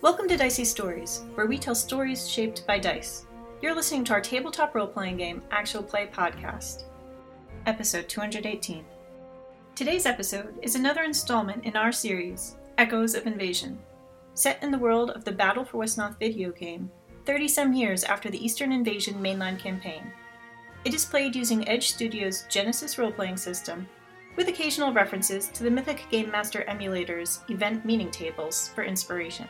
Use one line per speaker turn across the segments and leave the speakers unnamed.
Welcome to Dicey Stories, where we tell stories shaped by dice. You're listening to our tabletop role playing game, Actual Play Podcast, episode 218. Today's episode is another installment in our series, Echoes of Invasion. Set in the world of the Battle for Westnoth video game, 30 some years after the Eastern Invasion mainline campaign, it is played using Edge Studios' Genesis role playing system, with occasional references to the Mythic Game Master emulator's event meaning tables for inspiration.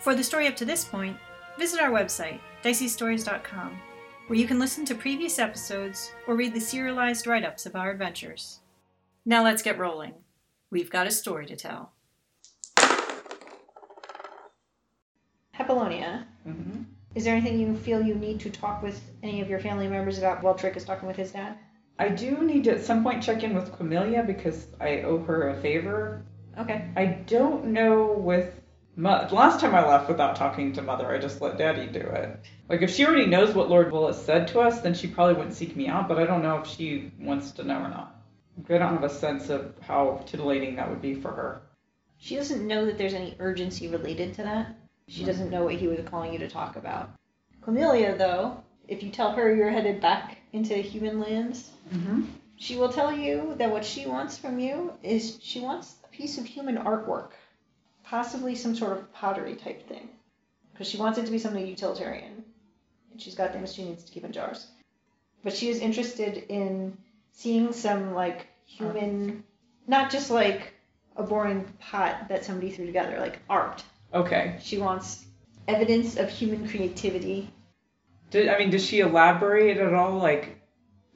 For the story up to this point, visit our website, diceystories.com, where you can listen to previous episodes or read the serialized write ups of our adventures. Now let's get rolling. We've got a story to tell. Hepalonia,
Mm-hmm.
is there anything you feel you need to talk with any of your family members about while Trick is talking with his dad?
I do need to at some point check in with Camelia because I owe her a favor.
Okay.
I don't know with Mud. Last time I left without talking to Mother, I just let Daddy do it. Like, if she already knows what Lord Willis said to us, then she probably wouldn't seek me out, but I don't know if she wants to know or not. I don't have a sense of how titillating that would be for her.
She doesn't know that there's any urgency related to that. She doesn't know what he was calling you to talk about. Cornelia, though, if you tell her you're headed back into human lands,
Mm-hmm.
she will tell you that what she wants from you is she wants a piece of human artwork, possibly some sort of pottery type thing, because she wants it to be something utilitarian. And she's got things she needs to keep in jars. But she is interested in seeing some like human, not just like a boring pot that somebody threw together, like art.
Okay.
She wants evidence of human creativity.
Did, I mean, does she elaborate at all? Like,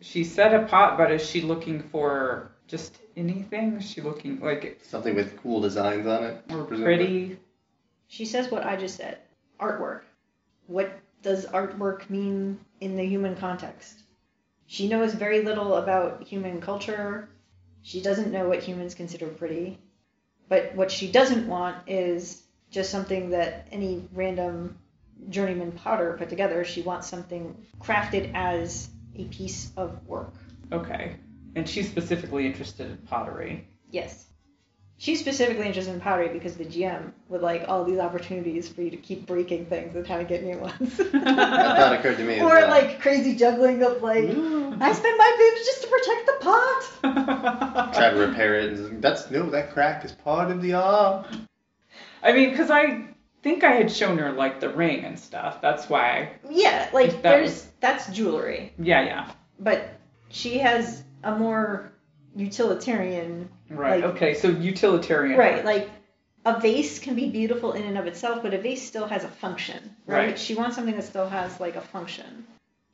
she said a pot, but is she looking for just anything? Is she looking, like,
Something with cool designs on it.
or
presumably.
pretty?
She says what I just said artwork. What does artwork mean in the human context? She knows very little about human culture. She doesn't know what humans consider pretty. But what she doesn't want is just something that any random journeyman potter put together. She wants something crafted as a piece of work.
Okay. And she's specifically interested in pottery.
Yes. She's specifically interested in pottery because the GM would like all these opportunities for you to keep breaking things and how to get new ones.
That thought occurred to me. as
or
well. Mm.
like crazy juggling of like, I spend my boobs just to protect the pot.
try to repair it. And that's no, that crack is part of the arm.
I mean, because I think I had shown her like the ring and stuff. That's why.
Yeah,
If
like
that
there's
was-
that's jewelry,
Yeah, yeah.
but she has a more utilitarian
Right.
Like-
okay. So utilitarian.
Right, like a vase can be beautiful in and of itself, but a vase still has a function, right?
Right.
She wants something that still has like a function.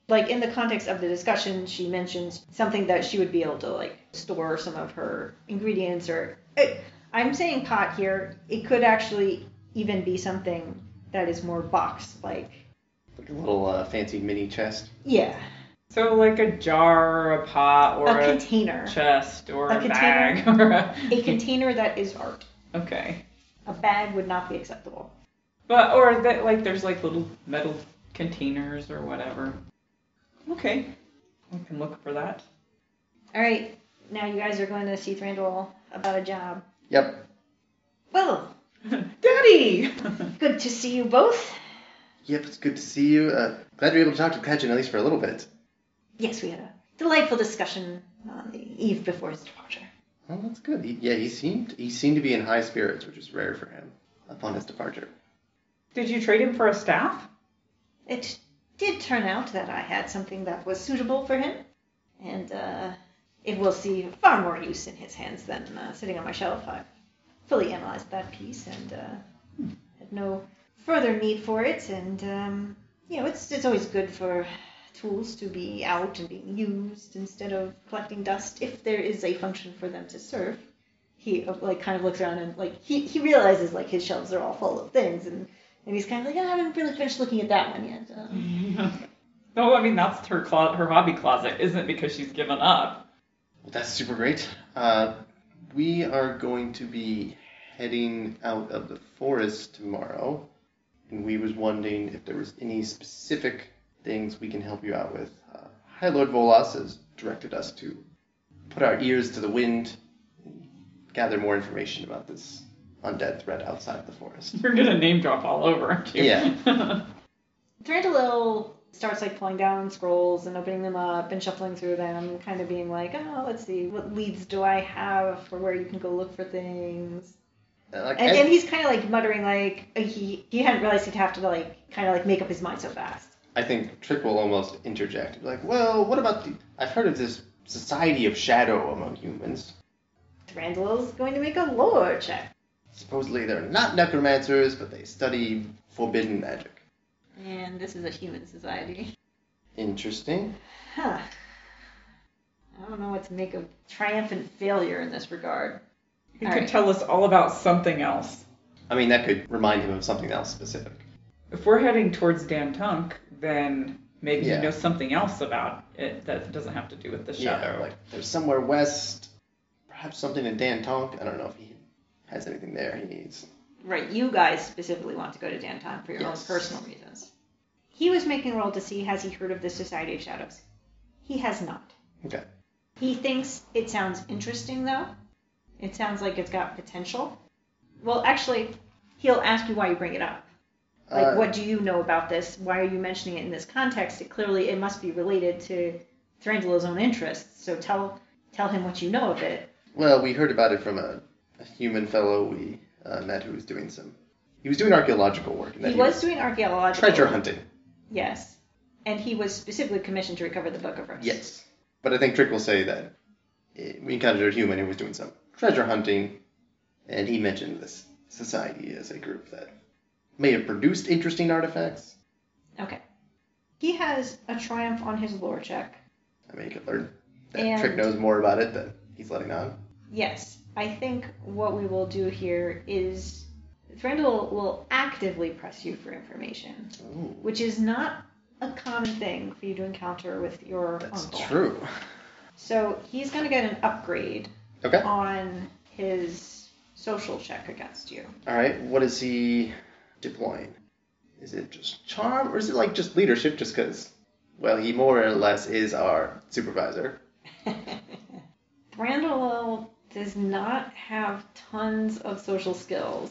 Like in the context of the discussion, she mentions something that she would be able to like store some of her ingredients or eh, I'm saying pot here. It could actually even be something that is more box like.
Like a little uh, fancy mini chest.
Yeah,
So like a jar, or a pot, or
a
a,
container.
chest, or
A
a,
container.
bag, or a.
A container that is art.
okay.
A bag would not be acceptable.
But or that like there's like little metal containers or whatever. Okay. We can look for that.
All right, now you guys are going to see Thranduil about a job.
Yep.
Well,
Daddy.
Good to see you both.
Yep, it's good to see you. Uh, glad you're able to talk to Kajin at least for a little bit.
Yes, we had a delightful discussion on the eve before his departure.
Well, Oh, that's good. He, yeah, he seemed he seemed to be in high spirits, which is rare for him upon his departure.
Did you trade him for a staff?
It did turn out that I had something that was suitable for him, and uh, it will see far more use in his hands than uh, sitting on my shelf. I've fully analyzed that piece and uh, had no further need for it, and um, you know, it's, it's always good for tools to be out and being used instead of collecting dust if there is a function for them to serve. He uh, like kind of looks around and like he, he realizes like his shelves are all full of things and, and he's kind of like "Ah, I haven't really finished looking at that one yet. Um,
No, I mean that's her clo- her hobby closet isn't because she's given up.
Well, that's super great. Uh, we are going to be heading out of the forest tomorrow, and we was wondering if there was any specific things we can help you out with. Uh, High Lord Volas has directed us to put our ears to the wind, and gather more information about this undead threat outside the forest.
You're gonna name drop all over, aren't you?
Yeah.
Thranduil starts like pulling down scrolls and opening them up and shuffling through them, kind of being like, oh, let's see, what leads do I have for where you can go look for things?
And, like,
And,
ev-
and he's kind of like muttering like uh, he he hadn't realized he'd have to like kind of like make up his mind so fast.
I think Trick will almost interject, be like, "Well, what about the? I've heard of this society of shadow among humans.
Thranduil's going to make a lore check.
Supposedly they're not necromancers, but they study forbidden magic.
And this is a human society.
Interesting.
Huh. I don't know what to make of triumphant failure in this regard.
He
All
could
right.
tell us all about something else.
I mean, that could remind him of something else specific.
If we're heading towards Dantunk, then maybe
Yeah.
you know something else about it that doesn't have to do with the shadow.
Yeah, like there's somewhere west, perhaps something in Dan Tonk. I don't know if he has anything there he needs.
Right, you guys specifically want to go to Danton for your
Yes.
own personal reasons. He was making a roll to see has he heard of the Society of Shadows. He has not.
Okay.
He thinks it sounds interesting though. It sounds like it's got potential. Well, actually, he'll ask you why you bring it up. Like,
Uh,
what do you know about this? Why are you mentioning it in this context? It clearly it must be related to Thranduil's own interests. So tell tell him what you know of it.
Well, we heard about it from a, a human fellow we uh, met who was doing some. He was doing archaeological work. And
He
then
was doing archaeological
treasure hunting.
Yes. And he was specifically commissioned to recover the Book of Rose.
Yes. But I think Trick will say that eh, we encountered a human who was doing some treasure hunting, and he mentioned this society as a group that may have produced interesting artifacts.
Okay. He has a triumph on his lore check.
I mean, you could learn that
And-
Trick knows more about it than he's letting on.
Yes. I think what we will do here is Thranduil will actively press you for information,
Ooh,
which is not a common thing for you to encounter with your
that's
uncle.
Oh, true.
So he's going to get an upgrade
Okay.
on his social check against you.
All right. What is he deploying? Is it just charm, or is it like just leadership? Just because, well, he more or less is our supervisor.
Thranduil does not have tons of social skills.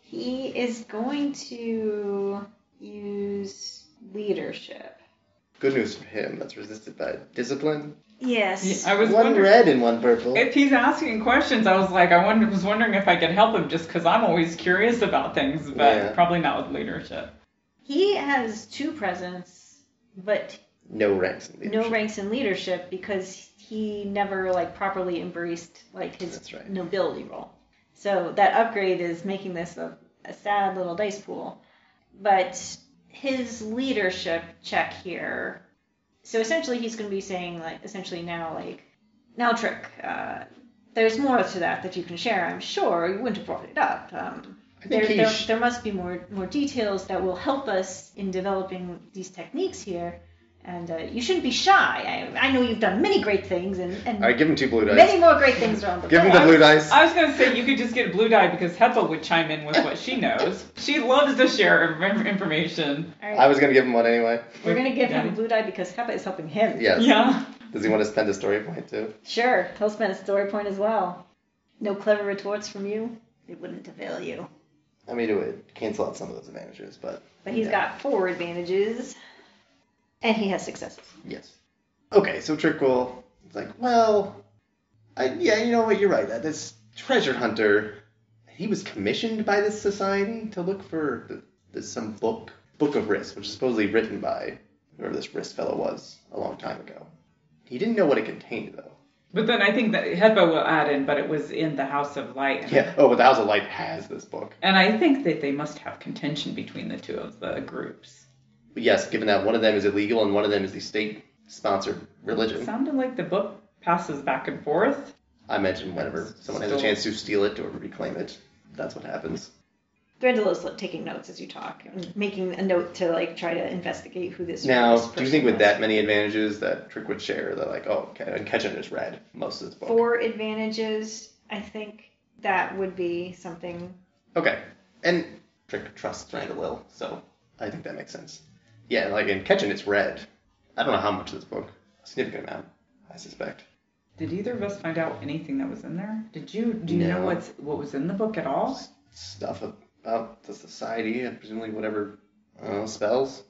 He is going to use leadership.
Good news for him. That's resisted by discipline.
Yes.
I was
one
wondering
red and one purple.
if he's asking questions. I was like, I wonder, was wondering if I could help him just because I'm always curious about things, but
Yeah.
probably not with leadership.
He has two presents, but
No ranks in leadership.
no ranks in leadership because he never like properly embraced like his
That's right.
nobility role. So that upgrade is making this a, a sad little dice pool. But his leadership check here. So essentially, he's going to be saying like essentially now like now trick. Uh, there's more to that that you can share. I'm sure you wouldn't have brought it up. Um,
I think
there,
he
there,
sh-
there must be more more details that will help us in developing these techniques here. And uh, you shouldn't be shy. I, I know you've done many great things, and, and
All right, give him two blue dice.
many more great things around the
Give him
world.
the blue dice.
I was gonna say you could just get blue dye because Hethel would chime in with what she knows. She loves to share in- information.
All right.
I was gonna give him one anyway.
We're gonna give
Yeah.
him blue dye because Hepa is helping him.
Yes.
Yeah.
Does he want to spend a story point too?
Sure, he'll spend a story point as well. No clever retorts from you. It wouldn't avail you.
I mean, it would cancel out some of those advantages, but
But he's
Yeah.
got four advantages, and he has successes.
Yes. Okay, so Trickle is like, well, I, yeah, you know what, you're right. Uh, This treasure hunter, he was commissioned by this society to look for the, the, some book, Book of Risk, which is supposedly written by whoever this Risk fellow was a long time ago. He didn't know what it contained, though.
But then I think that Hethel will add in, but it was in the House of Light. And,
Yeah. Oh, but the House of Light has this book.
and I think that they must have contention between the two of the groups.
But yes, given that one of them is illegal and one of them is the state-sponsored
It
religion,
sounded like the book passes back and forth.
I imagine whenever someone has a
Still-
chance to steal it or reclaim it, that's what happens.
Thranduil's like, taking notes as you talk, and making a note to like try to investigate who this.
Now,
this
do you
person
think with
was.
that many advantages that Trick would share that like, oh, okay, and Ketchum is red most of this book.
four advantages, I think that would be something.
Okay, and Trick trusts Randallil, so I think that makes sense. Yeah, like in Ketchum it's red. I don't know how much of this book, a significant amount, I suspect.
Did either of us find out anything that was in there? Did you do you know
No.
what's what was in the book at all?
Stuff about the society and presumably whatever I don't know, spells.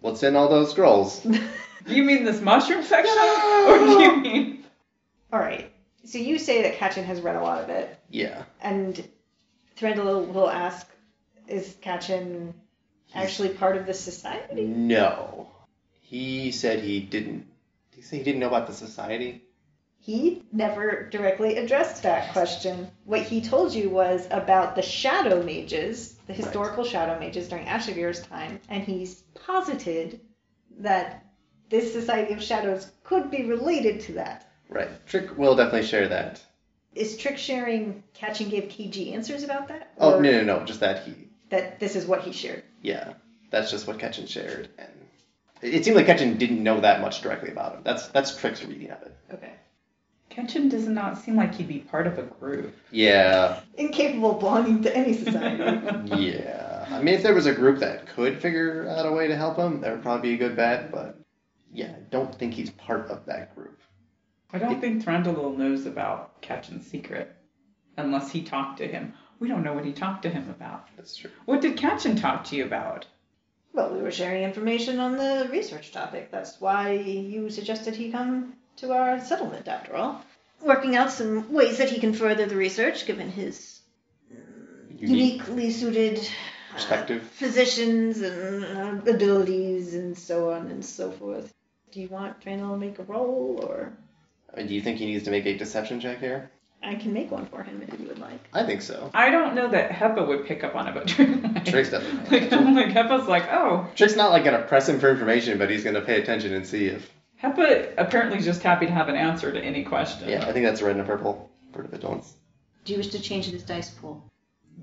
What's in all those scrolls?
Do you mean this mushroom section? Or do you mean
All right. So you say that Katchen has read a lot of it,
yeah.
and Thranduil will ask, "Is Katchen actually part of this society?"
No. He said he didn't. Did he say he didn't know about the society?
He never directly addressed that question. What he told you was about the shadow mages, the historical shadow mages during Ashivir's time, and he's posited that this society of shadows could be related to that.
Right. Trick will definitely share that.
Is trick sharing catch and give KG answers about that?
Oh,
Or
no, no, no. Just that he.
That this is what he shared.
Yeah. That's just what Ketchin shared. And it it seemed like Ketchin didn't know that much directly about him. That's that's Trick's reading of it.
Okay.
Ketchin does not seem like he'd be part of a group.
Yeah.
Incapable of belonging to any society.
Yeah. I mean, if there was a group that could figure out a way to help him, that would probably be a good bet. But yeah, I don't think he's part of that group.
I don't think Thranduil knows about Ketchin's secret. Unless he talked to him. We don't know what he talked to him about.
That's true.
What did Ketchin talk to you about?
well, we were sharing information on the research topic. That's why you suggested he come to our settlement, after all. Working out some ways that he can further the research, given his
Unique
uniquely suited
perspective.
physicians and uh, abilities and so on and so forth. Do you want Drano to make a roll, or
Uh, Do you think he needs to make a deception check here?
I can make one for him if you would like.
I think so.
I don't know that Hepa would pick up on it, but Trick
Trick's definitely.
like, I'm like Hepa's like, oh,
Trick's not like gonna press him for information, but he's gonna pay attention and see if.
Hepa apparently is just happy to have an answer to any question.
Yeah, I think that's red and a purple for the vigilance.
Do you wish to change this dice pool?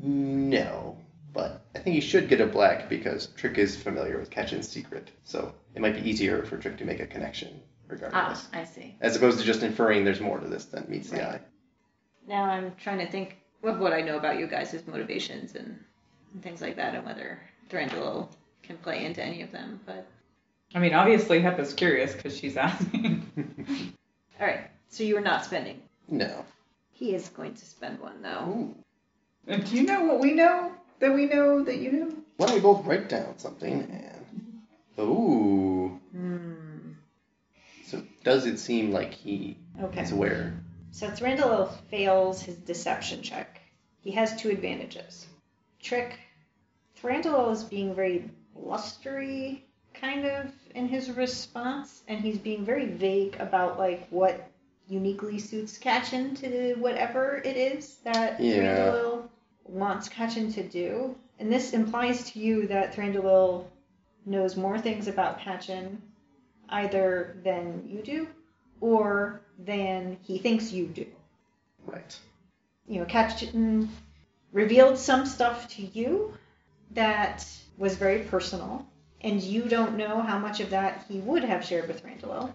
No, but I think he should get a black because Trick is familiar with Catch and Secret, so it might be easier for Trick to make a connection regardless.
I see.
As opposed to just inferring there's more to this than meets the eye.
Now I'm trying to think of what I know about you guys' motivations and, and things like that, and whether Thranduil can play into any of them. But
I mean, obviously Hepa's curious because she's asking.
all right, so you are not spending.
No.
He is going to spend one though.
Ooh.
Do you know what we know that we know that you know?
Why don't we both write down something and. Ooh.
Hmm.
So does it seem like he
Okay.
is aware?
So Thranduil fails his deception check. He has two advantages. Trick. Thranduil is being very blustery, kind of, in his response, and he's being very vague about like what uniquely suits Katchen to whatever it is that
Yeah.
Thranduil wants Katchen to do. And this implies to you that Thranduil knows more things about Katchen either than you do or than he thinks you do.
Right.
You know, Katchen revealed some stuff to you that was very personal, and you don't know how much of that he would have shared with Randall.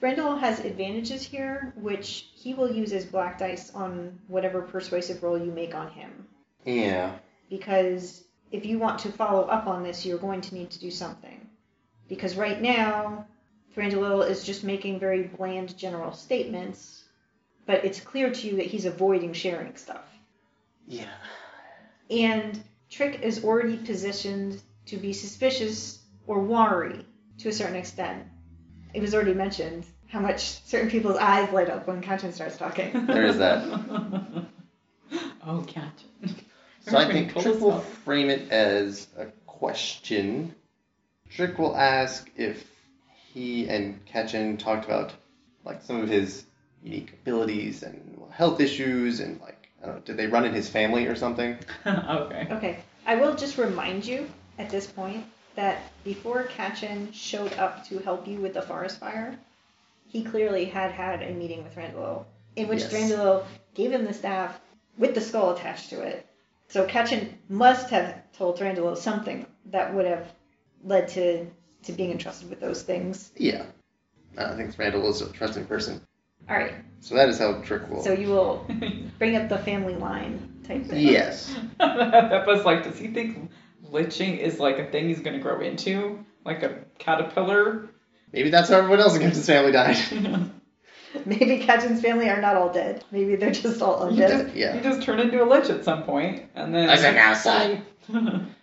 Randall has advantages here, which he will use as black dice on whatever persuasive roll you make on him.
Yeah.
Because if you want to follow up on this, you're going to need to do something. Because right now, Thranduil is just making very bland general statements, but it's clear to you that he's avoiding sharing stuff.
Yeah.
And Trick is already positioned to be suspicious or wary to a certain extent. It was already mentioned how much certain people's eyes light up when Katrin starts talking.
There is that.
oh, Ketchin.
So I
Everybody
think
calls
Trick will
us.
frame it as a question. Trick will ask if he and Ketchin talked about like some of his unique abilities and health issues and like I don't know, did they run in his family or something?
okay.
Okay, I will just remind you at this point that before Katchen showed up to help you with the forest fire, he clearly had had a meeting with Randall, in which
Yes.
Randall gave him the staff with the skull attached to it. So Katchen must have told Randall something that would have led to to being entrusted with those things.
Yeah. I think Randall is a trusting person.
All right,
So that is how Trick will
so you will bring up the family line type thing.
Yes.
Hepa's like, does he think lynching is like a thing he's gonna grow into, like a caterpillar?
Maybe that's how everyone else in Ketchin's family died.
Maybe Katjan's family are not all dead. Maybe they're just all
You
undead.
just,
Yeah.
you just turn into a lich at some point, and then.
Listen now, son.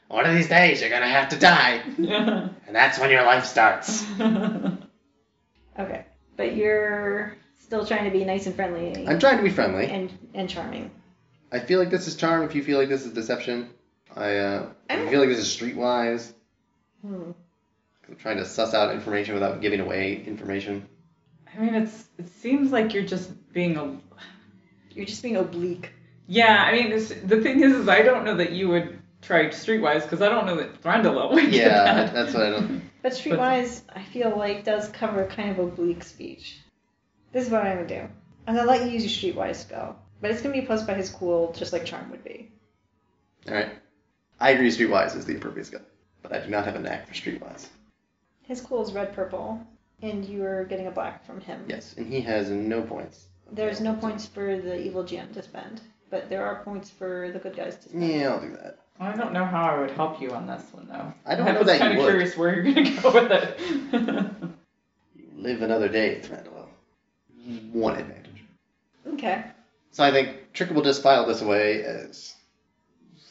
One of these days you're gonna have to die,
yeah.
and that's when your life starts.
Okay. But you're still trying to be nice and friendly
I'm trying to be friendly.
and, and charming.
I feel like this is charm. If you feel like this is deception, I uh, if you feel like this is streetwise.
Hmm.
I'm trying to suss out information without giving away information.
I mean, it's it seems like you're just being a
You're just being oblique.
Yeah, I mean, it's, the thing is, is I don't know that you would try streetwise because I don't know that Thranduil would. do
Yeah,
that.
that's what I don't.
But streetwise, I feel like does cover kind of oblique speech. This is what I'm gonna do. I'm gonna let you use your streetwise spell, but it's gonna be opposed by his cool, just like charm would be.
All right. I agree. Streetwise is the appropriate skill, but I do not have a knack for streetwise.
His cool is red purple, and you're getting a black from him.
Yes, and he has no points.
There's no points for the evil GM to spend, but there are points for the good guys to spend.
Yeah, I'll do that.
I don't know how I would help you on this one though.
I don't
I'm
know
just
that
kind
you
of
would.
curious where you're gonna go with it.
You live another day, Thranduil. One advantage.
Okay.
So I think Tricker will just file this away as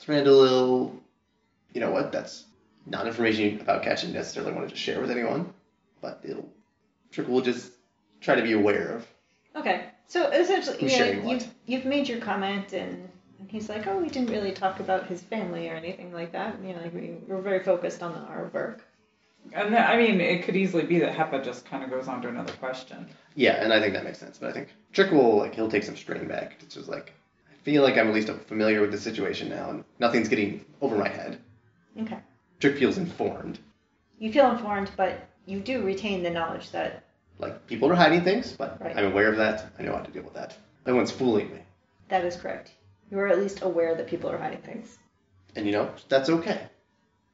Thranduil. You know what? That's not information about Catch you necessarily wanted to share with anyone, but it'll Tricker will just try to be aware of.
Okay. So essentially,
Who's
you
sharing
know,
what?
you've, you've made your comment, and and he's like, oh, we didn't really talk about his family or anything like that. You know, like we were very focused on our work.
and that, I mean, it could easily be that Hepa just kind of goes on to another question.
Yeah, and I think that makes sense. But I think Trick will like he'll take some strain back. It's just like I feel like I'm at least familiar with the situation now, and nothing's getting over my head.
Okay.
Trick feels informed.
You feel informed, but you do retain the knowledge that
Like people are hiding things, but
Right.
I'm aware of that. I know how to deal with that. No one's fooling me,
that is correct. You are at least aware that people are hiding things.
and you know that's okay.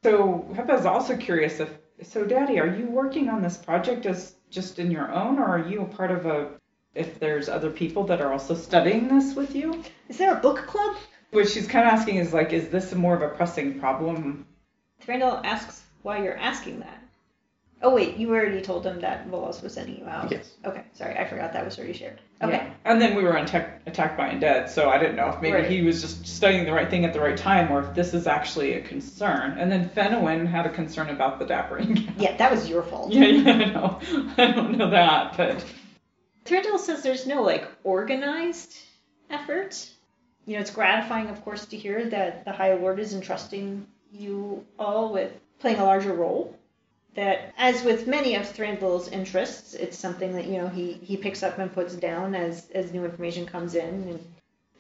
So Hepa's also curious if. So Daddy, are you working on this project as just in your own, or are you a part of a? If there's other people that are also studying this with you?
Is there a book club?
What she's kind of asking is like, is this more of a pressing problem?
Thranduil asks why you're asking that. Oh wait, you already told him that Volos was sending you out.
Yes.
Okay, sorry, I forgot that was already shared. Okay.
Yeah. And then we were on tech, attacked by undead, so I didn't know if maybe
Right.
he was just studying the right thing at the right time, or if this is actually a concern. And then Fenowin had a concern about the dappering.
Yeah, that was your fault.
yeah, yeah, I know. I don't know that, but
Thranduil says there's no like organized effort. You know, it's gratifying, of course, to hear that the High Lord is entrusting you all with playing a larger role. That, as with many of Thranduil's interests, it's something that you know he he picks up and puts down as as new information comes in. And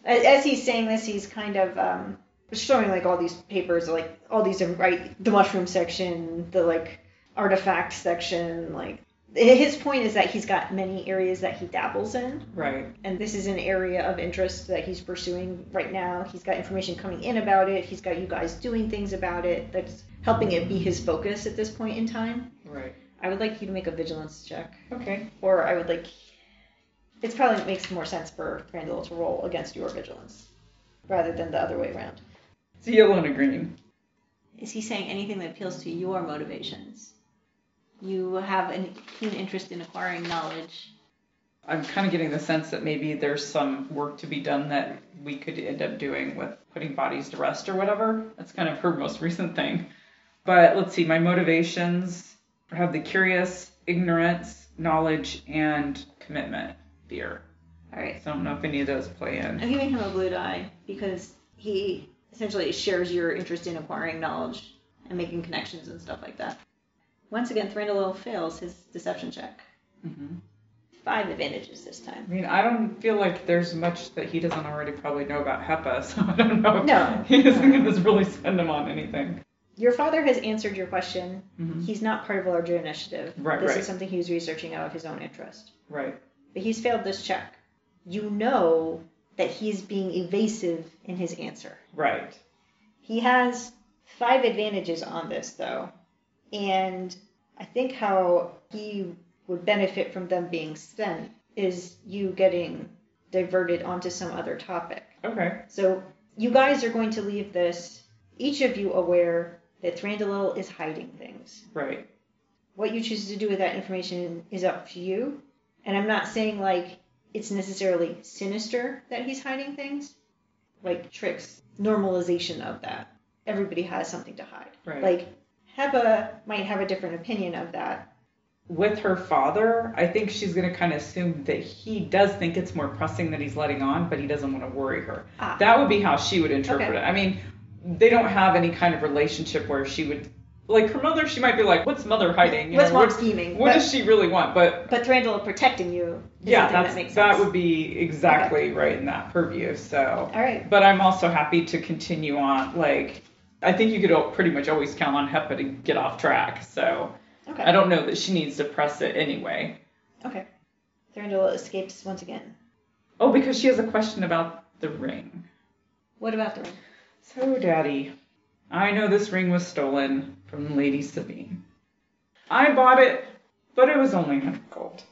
as, as he's saying this, he's kind of um, showing like all these papers, like all these different- right, the mushroom section, the like artifact section, like his point is that he's got many areas that he dabbles in,
right.
and this is an area of interest that he's pursuing right now. He's got information coming in about it. He's got you guys doing things about it that's helping it be his focus at this point in time.
Right.
I would like you to make a vigilance check,
Okay.
or I would like. It probably makes more sense for Randall to roll against your vigilance rather than the other way around.
It's a yellow and a green.
Is he saying anything that appeals to your motivations? You have a keen interest in acquiring knowledge.
I'm kind of getting the sense that maybe there's some work to be done that we could end up doing with putting bodies to rest or whatever. That's kind of her most recent thing. But let's see, my motivations I have the curious, ignorance, knowledge, and commitment fear.
All right.
So I don't know if any of those play in.
I'm giving him a blue die because he essentially shares your interest in acquiring knowledge and making connections and stuff like that. Once again, Thranduil fails his deception check.
Mhm.
Five advantages this time.
I mean, I don't feel like there's much that he doesn't already probably know about HEPA, so I don't know if
No.
he isn't going to really send him on anything.
Your father has answered your question.
Mhm.
He's not part of a larger initiative.
Right,
this
right.
is something he's researching out of his own interest.
Right.
But he's failed this check. You know that he's being evasive in his answer.
Right.
He has five advantages on this, though. And I think how he would benefit from them being spent is you getting diverted onto some other topic.
Okay.
So you guys are going to leave this, each of you aware that Thranduil is hiding things.
Right.
What you choose to do with that information is up to you. And I'm not saying like it's necessarily sinister that he's hiding things, like tricks, normalization of that. Everybody has something to hide.
Right.
Like Heba might have a different opinion of that.
with her father, I think she's going to kind of assume that he does think it's more pressing that he's letting on, but he doesn't want to worry her.
Ah.
That would be how she would interpret
Okay.
it. I mean, they don't have any kind of relationship where she would, like her mother, she might be like, what's mother hiding?
What's mom
what's-
scheming?
What
But-
does she really want? But
But Thranduil protecting you is
yeah,
something that
that's,
makes
that
sense.
would be exactly right in that purview. So,
All right.
but I'm also happy to continue on. Like, I think you could al- pretty much always count on Hepa to get off track. So
Okay.
I don't know that she needs to press it anyway.
Okay. Thranduil escapes once again.
Oh, because she has a question about the ring.
What about the ring?
So, Daddy, I know this ring was stolen from Lady Sabine. I bought it, but it was only 100 gold.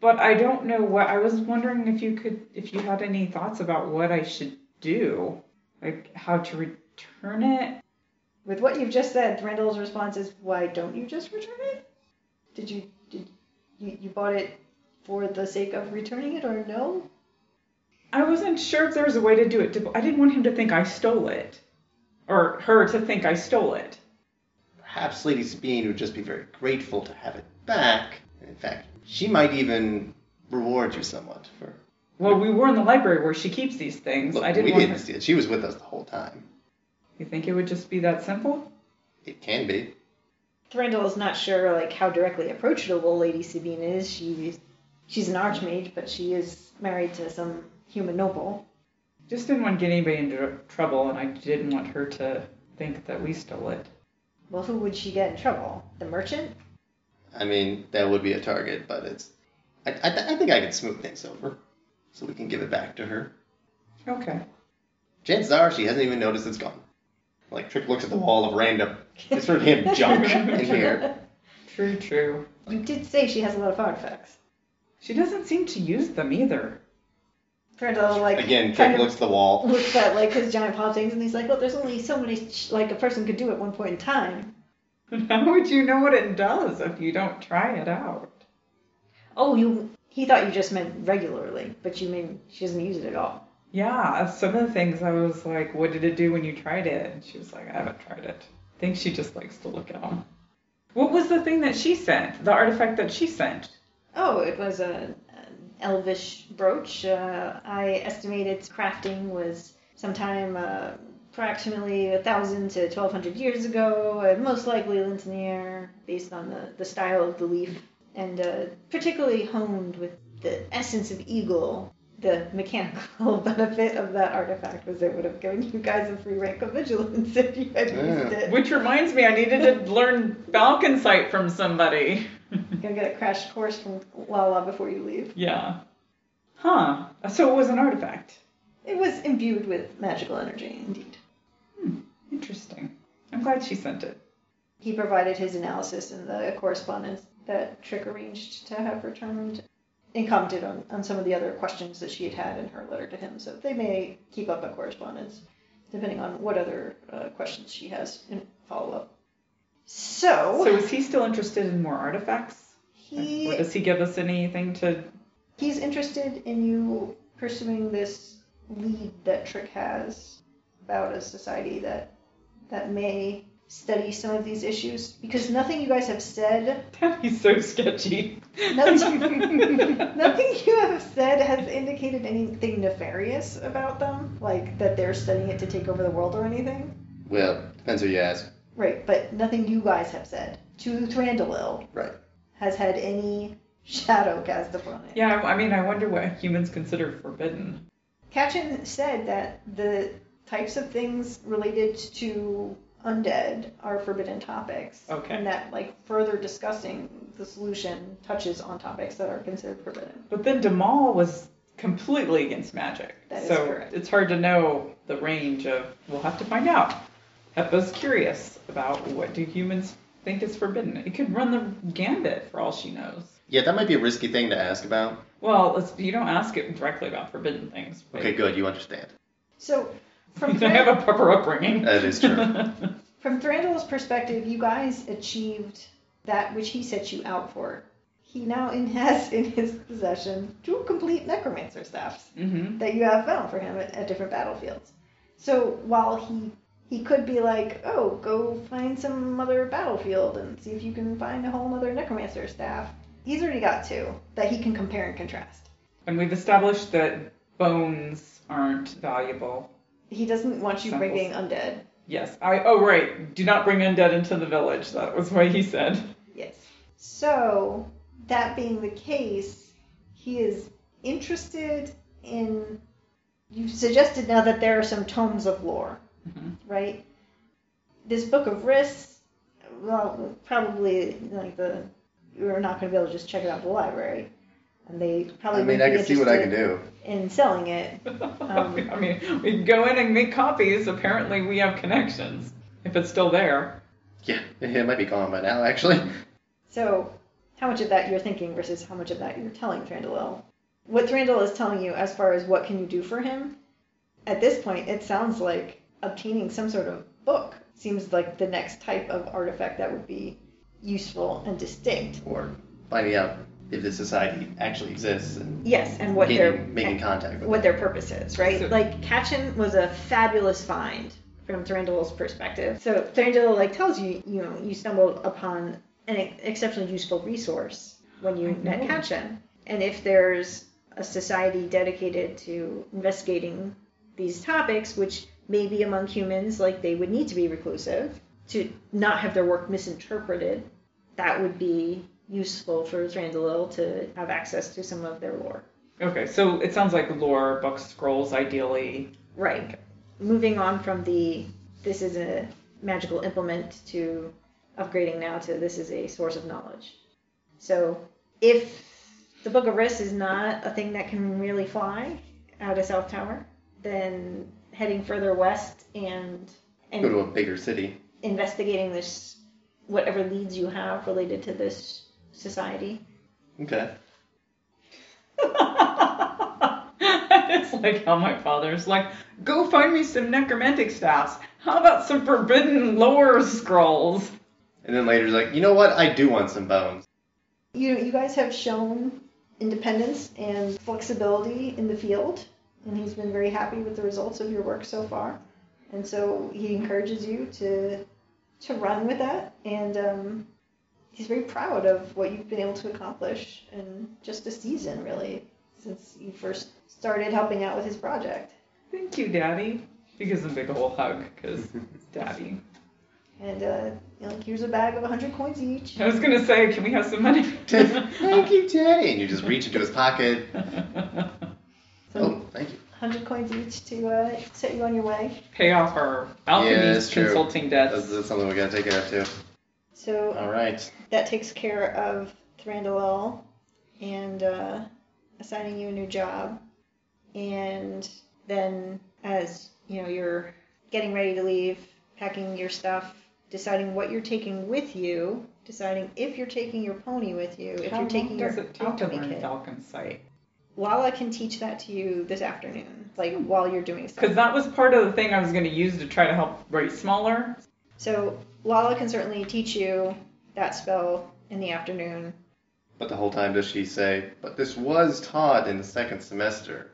But I don't know what. I was wondering if you could, if you had any thoughts about what I should do, like how to return it.
With what you've just said, Randall's response is, "Why don't you just return it? Did you did you, you bought it for the sake of returning it or no?
I wasn't sure if there was a way to do it. dipl- I didn't want him to think I stole it, or her to think I stole it.
Perhaps Lady Sabine would just be very grateful to have it back. In fact, she might even reward you somewhat for.
Well, we were in the library where she keeps these things.
Look,
I didn't
we
want
didn't
her-
see it. She was with us the whole time.
You think it would just be that simple?
It can be.
Thranduil is not sure like how directly approachable Lady Sabine is. She she's an archmage, but she is married to some human noble.
Just didn't want to get anybody into tr- trouble, and I didn't want her to think that we stole it.
Well, who would she get in trouble? The merchant?
I mean, that would be a target, but it's. I, I, I think I can smooth things over, so we can give it back to her.
Okay.
Chances are she hasn't even noticed it's gone. Like Trick looks at the wall of random. It's sort of him junk in here.
True, true.
You did say she has a lot of artifacts.
She doesn't seem to use them either.
Thranduil like
Again,
kind
Trick
of
looks at the wall.
looks at like his giant pile of things and he's like, "Well, there's only so many sh- like a person could do at one point in time."
How would you know what it does if you don't try it out?
Oh, you. He thought you just meant regularly, but you mean she doesn't use it at all.
Yeah, some of the things I was like, what did it do when you tried it? And she was like, I haven't tried it. I think she just likes to look at them. What was the thing that she sent? The artifact that she sent?
Oh, it was a, an elvish brooch. Uh, I estimate its crafting was sometime uh, approximately a thousand to twelve hundred years ago, and most likely Lintonier, based on the, the style of the leaf, and uh, particularly honed with the essence of eagle. The mechanical benefit of that artifact was it would have given you guys a free rank of vigilance if you had used
Yeah.
it.
Which reminds me, I needed to learn Falcon Sight from somebody.
You're gonna get a crash course from Lala before you leave.
Yeah. Huh. So it was an artifact.
It was imbued with magical energy, indeed.
Interesting. I'm glad she sent it.
He provided his analysis in the correspondence that Trick arranged to have returned and commented on, on some of the other questions that she had had in her letter to him, so they may keep up a correspondence, depending on what other uh, questions she has in follow up. So,
So is he still interested in more artifacts? Or
he,
does he give us anything to?
he's interested in you pursuing this lead that Trick has about a society that that may study some of these issues because nothing you guys have said
That'd be so sketchy.
nothing, nothing you have said has indicated anything nefarious about them like that they're studying it to take over the world or anything
Well, depends who you ask.
right but nothing you guys have said to Thranduil
Right.
has had any shadow cast upon it
yeah, I I mean, I wonder what humans consider forbidden.
Kachin said that the types of things related to undead are forbidden topics.
Okay.
And that like further discussing the solution touches on topics that are considered forbidden.
But then Damal was completely against magic.
That is
so
correct.
it's hard to know the range of. We'll have to find out. Hepa's curious about what do humans think is forbidden. It could run the gambit for all she knows.
Yeah, that might be a risky thing to ask about.
Well, it's, you don't ask it directly about forbidden things. but-
Okay, good. You understand.
So from
I have
Thran-
a proper upbringing. Mm-hmm.
That is true.
from Thranduil's perspective, you guys achieved that which he set you out for. he now in- has in his possession two complete necromancer staffs
Mm-hmm.
that you have found for him at, at different battlefields. So while he he could be like, oh, go find some other battlefield and see if you can find a whole other necromancer staff. He's already got two that he can compare and contrast.
And we've established that bones aren't valuable.
He doesn't want you
Samples.
bringing undead.
Yes. I. Oh, right. Do not bring undead into the village. That was what he said.
Yes. So, that being the case, he is interested in. You suggested now that there are some tomes of lore,
Mhm.
right? This book of risks, well, probably like the. You're not going to be able to just check it out at the library. And they probably
I mean,
would
I
be
can see what I can
interested
do.
in selling it. Um,
I mean, we go in and make copies. Apparently, we have connections. If it's still there.
Yeah, it might be gone by now, actually.
So, how much of that you're thinking versus how much of that you're telling Thranduil? What Thranduil is telling you as far as what can you do for him, at this point, it sounds like obtaining some sort of book seems like the next type of artifact that would be useful and distinct.
Or finding out if this society actually exists and
Yes, and what
getting-
their
making contact with
what their purpose is, right?
So-
like Kachin was a fabulous find from Thranduil's perspective. So Thranduil like tells you, you know, you stumbled upon an exceptionally useful resource when you met Kachin. And if there's a society dedicated to investigating these topics, which maybe among humans, like they would need to be reclusive to not have their work misinterpreted, that would be useful for Thranduil to have access to some of their lore.
Okay. So it sounds like lore, books, scrolls, ideally.
Right. Moving on from the this is a magical implement to upgrading now to this is a source of knowledge. So if the Book of Risk is not a thing that can really fly out of South Tower, then heading further west and
go to
and
a bigger city.
investigating this whatever leads you have related to this society.
Okay.
it's like how my father's like, go find me some necromantic staffs. How about some forbidden lore scrolls?
And then later, he's like, you know what? I do want some bones.
you know, you guys have shown independence and flexibility in the field, and he's been very happy with the results of your work so far. And so he encourages you to to run with that, and um, he's very proud of what you've been able to accomplish in just a season, really, since you first started helping out with his project.
Thank you, Daddy. He gives him a big old hug because Daddy.
And uh, you know, like, here's a bag of 100 coins each.
I was gonna say, can we have some money?
thank you, Daddy. And you just reach into his pocket.
So
Oh, thank you.
100 coins each to uh, set you on your way.
Pay off our alchemy
Yeah, that's true.
consulting
That's,
debts.
that's something we gotta take care of too.
So
All right.
that takes care of Thranduil and uh, assigning you a new job. And then, as you know, you're getting ready to leave, packing your stuff, deciding what you're taking with you, deciding if you're taking your pony with you, if
How
you're taking
long
your
does it take to
alchemy
learn
kit.
Falcon Sight?
Lala can teach that to you this afternoon, like
Hmm.
while you're doing stuff.
Because that was part of the thing I was gonna use to try to help write smaller.
So Lala can certainly teach you that spell in the afternoon.
But the whole time does she say, but this was taught in the second semester,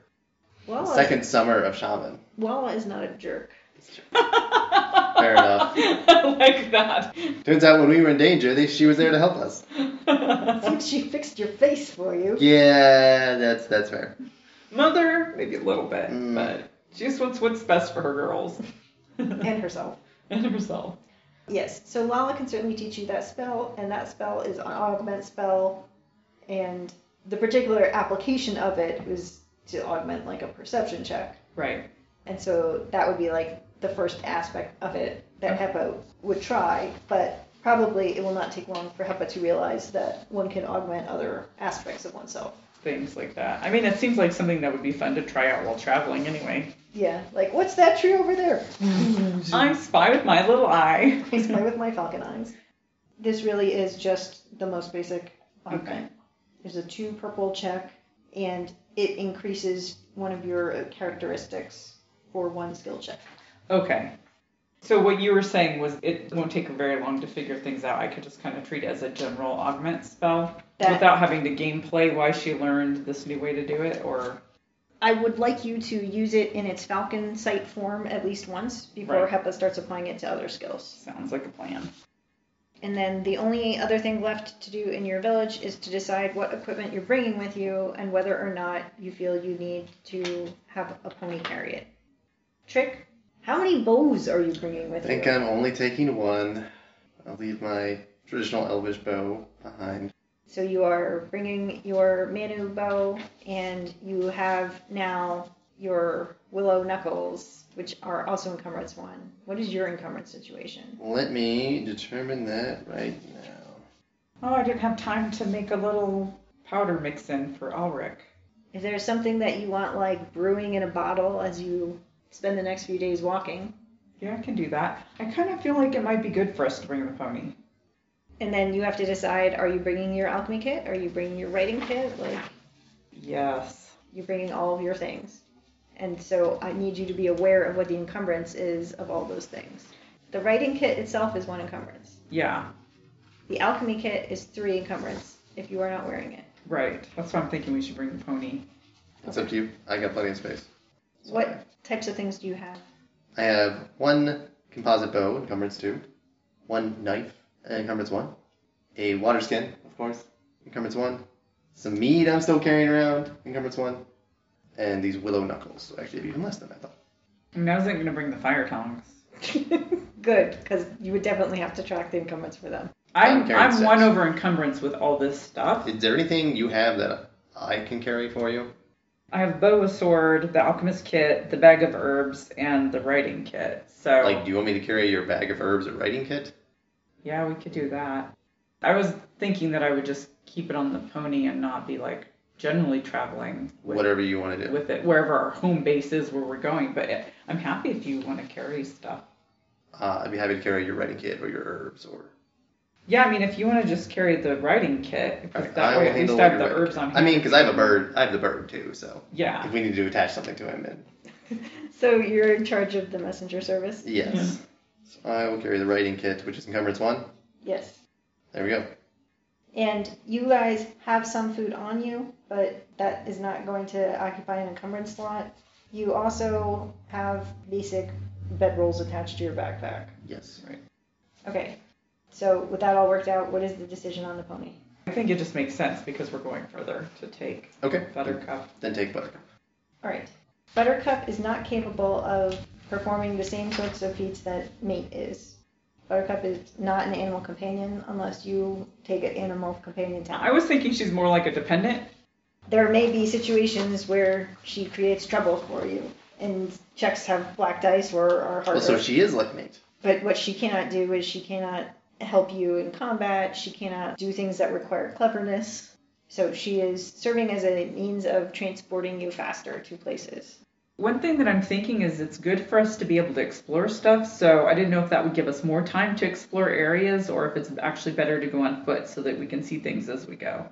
Lala,
second summer of shaman.
Lala is not a jerk.
Fair enough.
I like that.
Turns out when we were in danger, they, she was there to help us.
she fixed your face for you.
Yeah, that's that's fair.
Mother, maybe a little bit,
Mm.
but she just wants what's best for her girls
And herself.
and herself.
Yes. So Lala can certainly teach you that spell, and that spell is an augment spell, and the particular application of it is to augment like a perception check.
Right.
And so that would be like the first aspect of it that HEPA would try, but probably it will not take long for HEPA to realize that one can augment other aspects of oneself.
Things like that. I mean, it seems like something that would be fun to try out while traveling anyway.
Yeah, like what's that tree over there?
I spy with my little eye.
I spy with my falcon eyes. This really is just the most basic augment.
Okay.
There's a two purple check, and it increases one of your characteristics for one skill check.
Okay. So what you were saying was it won't take very long to figure things out. I could just kind of treat it as a general augment spell
That-
without having to gameplay why she learned this new way to do it or
I would like you to use it in its falcon sight form at least once before
Right.
HEPA starts applying it to other skills.
sounds like a plan.
And then the only other thing left to do in your village is to decide what equipment you're bringing with you and whether or not you feel you need to have a pony carry it. Trick, how many bows are you bringing with
I think
you?
I'm only taking one. I'll leave my traditional elvish bow behind.
So you are bringing your Manu bow, and you have now your Willow Knuckles, which are also encumbrance one. What is your encumbrance situation?
Let me determine that right now.
Oh, I didn't have time to make a little powder mix in for Ulrich.
If there's something that you want, like brewing in a bottle as you spend the next few days walking,
Yeah, I can do that. I kind of feel like it might be good for us to bring the pony.
and then you have to decide are you bringing your alchemy kit? Are you bringing your writing kit? Like,
Yes.
you're bringing all of your things. And so I need you to be aware of what the encumbrance is of all those things. The writing kit itself is one encumbrance.
Yeah.
The alchemy kit is three encumbrance if you are not wearing it.
Right. That's why I'm thinking we should bring the pony.
It's up to you. I got plenty of space.
What types of things do you have?
I have one composite bow, encumbrance two, one knife, encumbrance one, a water skin, of course, encumbrance one, some mead I'm still carrying around, encumbrance one, and these willow knuckles. So actually, even less than I thought.
I mean, I wasn't going to bring the fire tongs.
Good, because you would definitely have to track the encumbrance for them.
I'm,
I'm
I'm,
carrying six.
one over encumbrance with all this stuff.
Is there anything you have that I can carry for you?
I have bow, a sword, the alchemist kit, the bag of herbs, and the writing kit. So
Like, do you want me to carry your bag of herbs or writing kit?
yeah, we could do that. I was thinking that I would just keep it on the pony and not be like generally traveling with,
Whatever you want to do.
with it wherever our home base is where we're going. But it, I'm happy if you want to carry stuff.
Uh, I'd be happy to carry your writing kit or your herbs or.
Yeah, I mean if you want to just carry the writing kit, because that
will
way at least
handle
I have
your
the
writing
herbs
kit.
on.
I
hand.
mean, because I have a bird. I have the bird too. So
Yeah.
if we need to attach something to him, then
So you're in charge of the messenger service?
Yes. So I will carry the writing kit, which is encumbrance one.
Yes.
There we go.
And you guys have some food on you, but that is not going to occupy an encumbrance slot. You also have basic bedrolls attached to your backpack.
Yes.
Okay. So with that all worked out, what is the decision on the pony?
I think it just makes sense because we're going further to take
Okay.
Buttercup.
Then take Buttercup.
All right. Buttercup is not capable of performing the same sorts of feats that mate is. Buttercup is not an animal companion unless you take an animal companion
I
talent.
was thinking she's more like a dependent.
There may be situations where she creates trouble for you, and checks have black dice or are harder.
Well, so she is like mate.
But what she cannot do is she cannot help you in combat. She cannot do things that require cleverness. So she is serving as a means of transporting you faster to places.
One thing that I'm thinking is it's good for us to be able to explore stuff, so I didn't know if that would give us more time to explore areas or if it's actually better to go on foot so that we can see things as we go.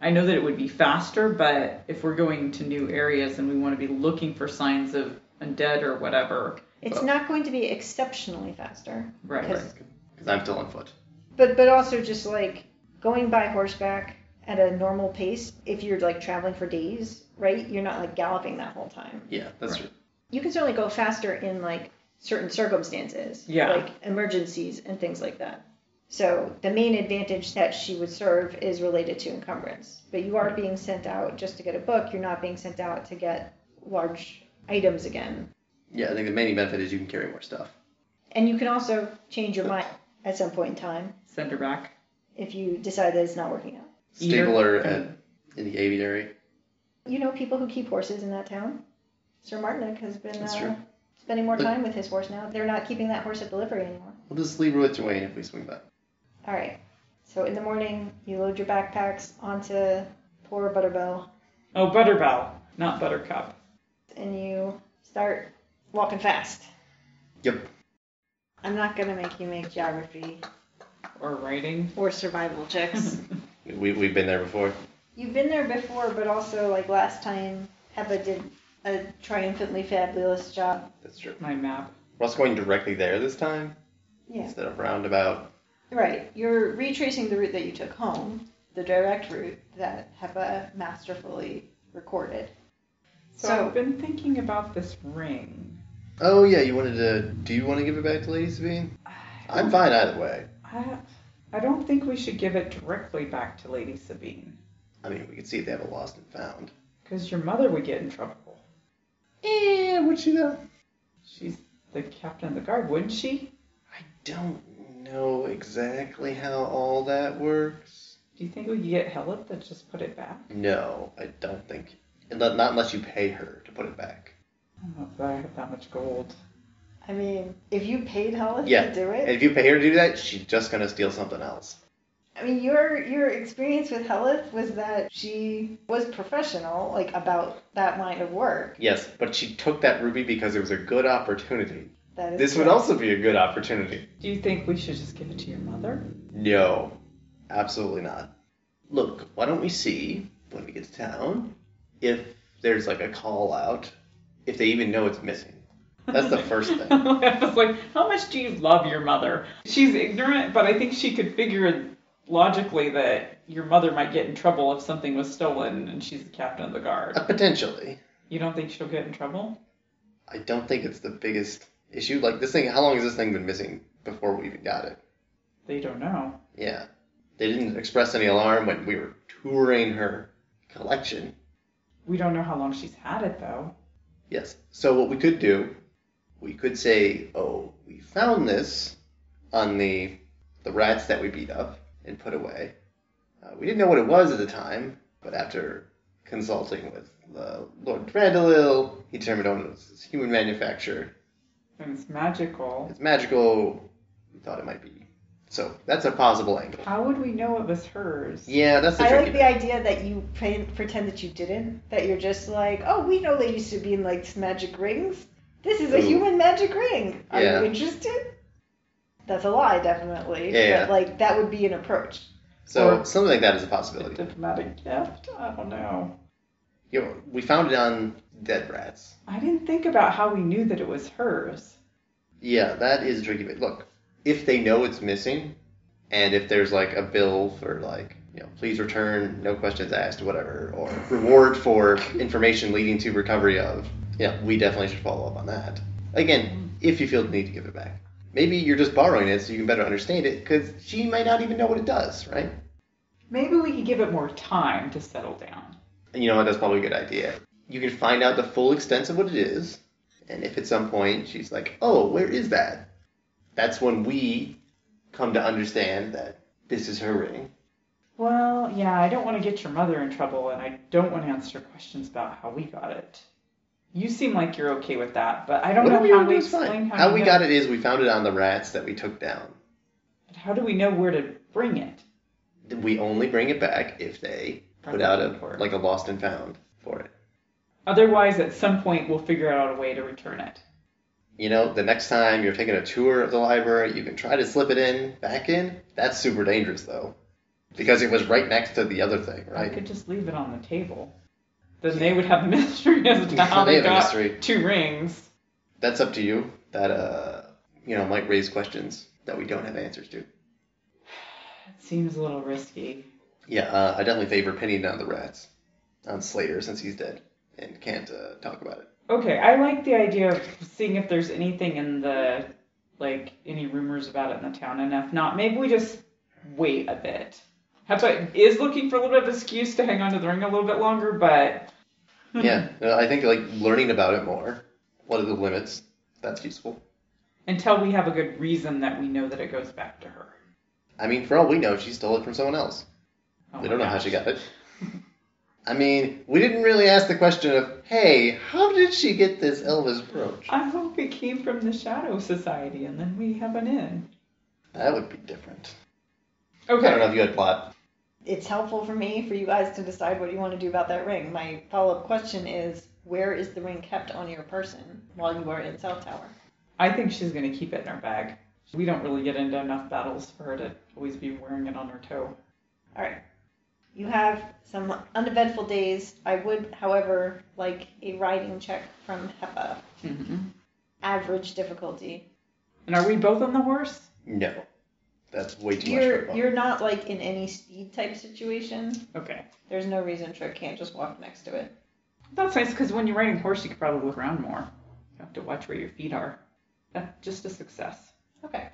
I know that it would be faster, but if we're going to new areas and we want to be looking for signs of undead or whatever,
It's not going to be exceptionally faster.
right, right.
Because-
Because I'm still on foot.
But but also just like going by horseback at a normal pace, if you're like traveling for days, right? You're not like galloping that whole time.
Yeah, that's
Right.
true.
You can certainly go faster in like certain circumstances,
Yeah.
like emergencies and things like that. So the main advantage that she would serve is related to encumbrance. But you are being sent out just to get a book. You're not being sent out to get large items again.
Yeah, I think the main benefit is you can carry more stuff.
And you can also change your mind at some point in time
Send her back.
if you decide that it's not working out.
Either-
Stabler at, in the aviary.
You know people who keep horses in that town? Sir Martinick has been
That's
uh,
true.
spending more
But-
time with his horse now. They're not keeping that horse at the livery anymore.
We'll just leave Roy to Wayne if we swing by.
All right. So in the morning, you load your backpacks onto poor Butterbell
Oh, Butterbell, not Buttercup.
and you start walking fast.
Yep.
I'm not going to make you make geography
Or writing.
or survival checks.
We, we've been there before.
You've been there before, but also, like last time, Heba did a triumphantly fabulous job
That's true.
My map.
We're also going directly there this time
Yeah.
instead of roundabout.
Right. You're retracing the route that you took home, the direct route that Hepa masterfully recorded.
So,
So-
I've been thinking about this ring.
Oh yeah, you wanted to. Do you want to give it back to Lady Sabine? I'm fine either way.
I, I don't think we should give it directly back to Lady Sabine
I mean, we could see if they have a lost and found.
because your mother would get in trouble.
Eh, would she though?
She's the captain of the guard, wouldn't she?
I don't know exactly how all that works.
Do you think we could get Helip to just put it back?
No, I don't think. and Not not unless you pay her to put it back.
I don't know if I have that much gold.
I mean, if you paid Helen
Yeah.
to do
And
it,
if you pay her to do that, she's just gonna steal something else.
I mean, your your experience with Helith was that she was professional, like about that line of work.
Yes, but she took that ruby because it was a good opportunity.
That is
This would
true.
also be a good opportunity.
Do you think we should just give it to your mother?
No, absolutely not. Look, why don't we see when we get to town if there's like a call out, if they even know it's missing. That's the first thing. Uh,
I was like, how much do you love your mother? She's ignorant, but I think she could figure logically that your mother might get in trouble if something was stolen and she's the captain of the guard.
Uh, potentially.
You don't think she'll get in trouble?
I don't think it's the biggest issue. Like this thing, how long has this thing been missing before we even got it?
They don't know.
Yeah. They didn't express any alarm when we were touring her collection.
We don't know how long she's had it though.
Yes. So what we could do, we could say, "Oh, we found this on the the rats that we beat up and put away. Uh, we didn't know what it was at the time, but after consulting with uh, Lord Drandalil, he determined oh, no, this is human manufacture.
And it's magical.
It's magical. We thought it might be. So that's a possible angle.
How would we know it was hers?
Yeah, that's the
I
tricky
like the
bit.
idea that you pre- pretend that you didn't. That you're just like, oh, we know they used to be in like magic rings. This is a
Ooh.
human magic ring. Are
Yeah.
you interested? That's a lie, definitely.
Yeah, yeah.
But like that would be an approach.
So
or-
something like that is a
A
possibility.
diplomatic gift? I don't know.
You know, we found it on dead rats.
I didn't think about how we knew that it was hers.
Yeah, that is tricky. But look, if they know it's missing, and if there's like a bill for like, you know, please return, no questions asked, whatever, or reward for information leading to recovery of, yeah, we definitely should follow up on that. Again, if you feel the need to give it back. Maybe you're just borrowing it so you can better understand it, because she might not even know what it does, right?
Maybe we could give it more time to settle down.
And you know what? That's probably a good idea. You can find out the full extent of what it is, and if at some point she's like, "Oh, where is that?" That's when we come to understand that this is her ring.
Well, yeah, I don't want to get your mother in trouble, and I don't want to answer questions about how we got it. You seem like you're okay with that, but I don't
Whatever you
know how
want
to
do is fine.
explain how,
How
you
we
know-
got it is we found it on the rats that we took down.
But How do we know where to bring it?
We only bring it back if they put
Right,
out
for
a
it.
like a lost and found for it.
Otherwise, at some point, we'll figure out a way to return it.
You know, the next time you're taking a tour of the library, you can try to slip it in, back in. That's super dangerous though, because it was right next to the other thing,
I
right?
could just leave it on the table. Then they would have a mystery as to how
They
they,
have a
got
mystery.
two rings.
that's up to you. That uh, you know, might raise questions that we don't have answers to.
That seems a little risky.
Yeah, uh, I definitely favor pinning down the rats on Slater since he's dead and can't uh, talk about it.
Okay, I like the idea of seeing if there's anything in the, like, any rumors about it in the town, and if not, maybe we just wait a bit. Hepa is looking for a little bit of an excuse to hang on to the ring a little bit longer, but
Mm-hmm.
yeah, no, I think like learning about it more. What are the limits? That's useful.
until we have a good reason that we know that it goes back to her.
I mean, for all we know, she stole it from someone else.
Oh
we
my
don't know how she
gosh.
got it. I mean, we didn't really ask the question of, hey, how did she get this Elvis brooch?
I hope it came from the Shadow Society, and then we have an in.
That would be different. I don't
Okay.
know if you had plot.
It's helpful for me for you guys to decide what you want to do about that ring. My follow up question is, where is the ring kept on your person while you were in South Tower?
I think she's going to keep it in her bag. We don't really get into enough battles for her to always be wearing it on her toe.
All right. You have some uneventful days. I would, however, like a riding check from HEPA.
Mm-hmm.
average difficulty.
And are we both on the horse?
No, that's way too much.
You're
for a
you're not like in any speed type situation.
Okay.
There's no reason Trick can't just walk next to it.
That's nice because when you're riding horse, you could probably look around more. You have to watch where your feet are. That's just a success.
Okay.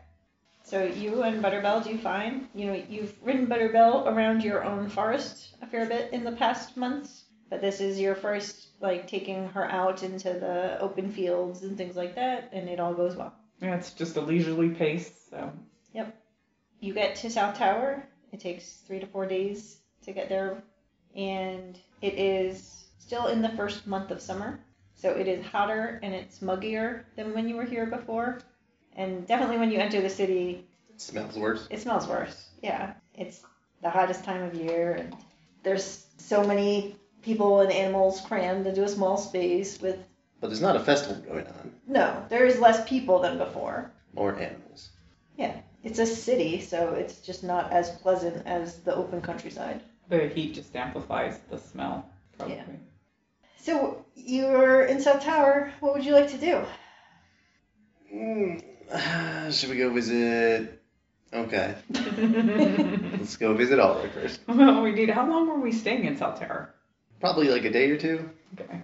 So you and Butterbell do fine. You know you've ridden Butterbell around your own forest a fair bit in the past months, but this is your first like taking her out into the open fields and things like that, and it all goes well.
Yeah, it's just a leisurely pace. So
you get to South Tower. It takes three to four days to get there, and it is still in the first month of summer, so it is hotter and it's muggier than when you were here before. And definitely when you enter the city,
It smells worse.
it smells worse. Yeah, it's the hottest time of year, and there's so many people and animals crammed into a small space. With
But there's not a festival going on
no, there is less people than before.
or animals.
It's a city, so it's just not as pleasant as the open countryside.
the heat just amplifies the smell, probably.
Yeah. So you're in South Tower. What would you like to do?
Mm, Should we go visit? Okay, let's go visit Ulrich first.
well, we need. How long were we staying in Salterra?
Probably like a day or two.
Okay.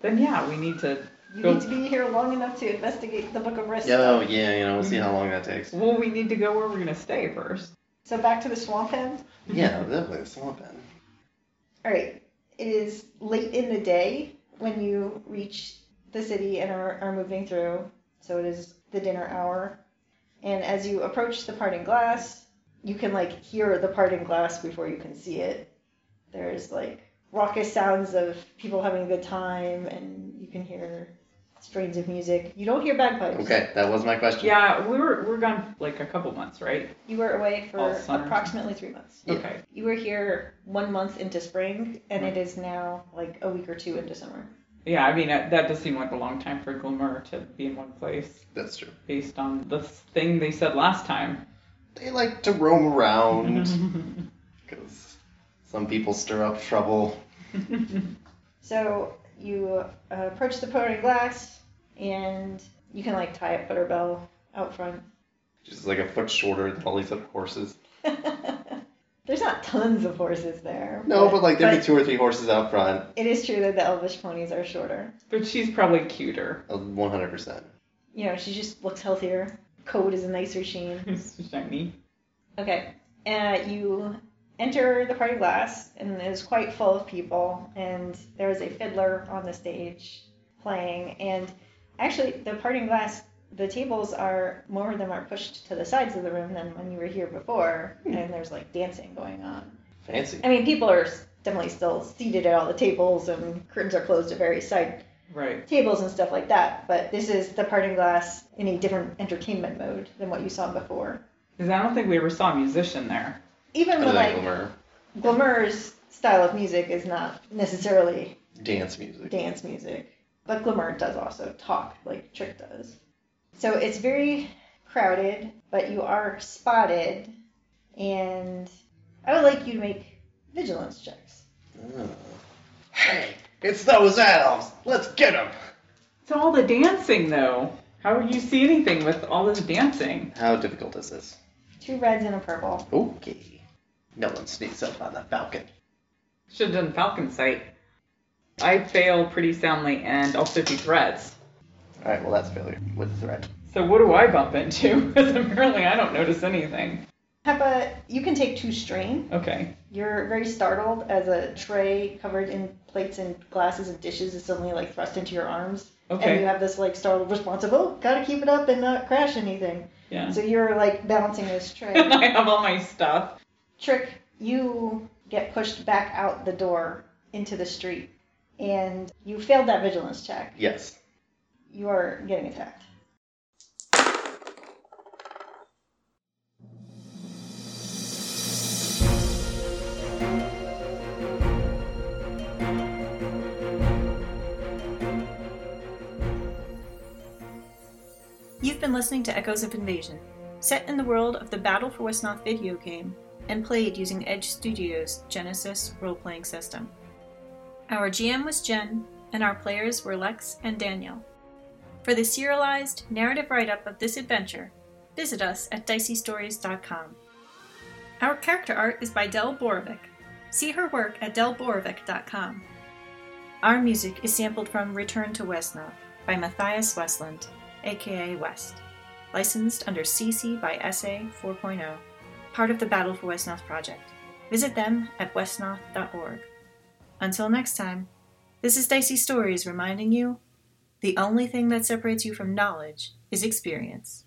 Then yeah, we need to.
You
Go-
need to be here long enough to investigate the Book of Risk.
Oh yeah, you know we'll see how long that takes.
Well, we need to go where we're gonna stay first.
So back to the swamp end.
Yeah, definitely the swamp end.
All right. It is late in the day when you reach the city and are, are moving through. So it is the dinner hour. And as you approach the parting glass, you can like hear the parting glass before you can see it. There's like raucous sounds of people having a good time, and you can hear strains of music. You don't hear bagpipes.
Okay, that was my question.
Yeah, we were we're gone like a couple months, right?
You were away for
All summer.
approximately three months.
Yeah.
Okay.
You were here one month into spring, and it is now like a week or two into summer.
Yeah, I mean that that does seem like a long time for Glimmer to be in one place,
That's true.
based on the thing they said last time.
They like to roam
Mm-hmm.
around because some people stir up trouble.
So you uh, approach the pouring glass, and you can like tie up Butterbell out front.
She's like a foot shorter than all these other horses.
There's not tons of horses there.
No, but like there'd be
but
two or three horses out front.
It is true that the Elvish ponies are shorter.
but she's probably cuter.
One hundred percent.
You know, she just looks healthier. Coat is a nicer sheen.
Shiny.
Okay. Uh, you enter the party glass, and it is quite full of people. And there is a fiddler on the stage playing. And actually, the parting glass, the tables are more of them are pushed to the sides of the room than when you were here before. And there's like dancing going on.
Fancy.
I mean, people are s- definitely still seated at all the tables, and curtains are closed at various side
Right.
tables and stuff like that. But this is the parting glass in a different entertainment mode than what you saw before.
Because I don't think we ever saw a musician there.
Even
Other
with
than
like
Glimmer,
Glimmer's style of music is not necessarily
dance music.
dance music, but Glimmer does also talk like Trick does. So it's very crowded, but you are spotted, and I would like you to make vigilance checks.
Oh. Hey, it's those elves. Let's get them.
It's all the dancing though. How would you see anything with all this dancing?
How difficult is this?
Two reds and a purple.
Okay. No one sneaks up on the falcon.
Should have done Falcon Sight. I fail pretty soundly and also do threats.
All right. Well, that's failure with a threat.
So what do I bump into? Because apparently I don't notice anything.
Peppa, you can take two strain.
Okay.
You're very startled as a tray covered in plates and glasses and dishes is suddenly like thrust into your arms. And you
Okay.
have this like startled response of, oh, gotta keep it up and not crash anything.
Yeah.
So you're like balancing this tray.
And I have all my stuff.
Trick, you get pushed back out the door into the street. And you failed that vigilance check.
Yes.
You are getting attacked.
You've been listening to Echoes of Invasion, set in the world of the Battle for Westnoth video game and played using Edge Studios' Genesis role playing system. Our GM was Jen, and our players were Lex and Daniel. For the serialized narrative write up of this adventure, visit us at diceystories.com. Our character art is by Del Borovic. See her work at delborovic.com. Our music is sampled from Return to Wesnov by Matthias Westland, aka West, licensed under CC by SA 4.0, oh, part of the Battle for Wesnoth project. Visit them at westnoth.org. Until next time, this is Dicey Stories reminding you the only thing that separates you from knowledge is experience.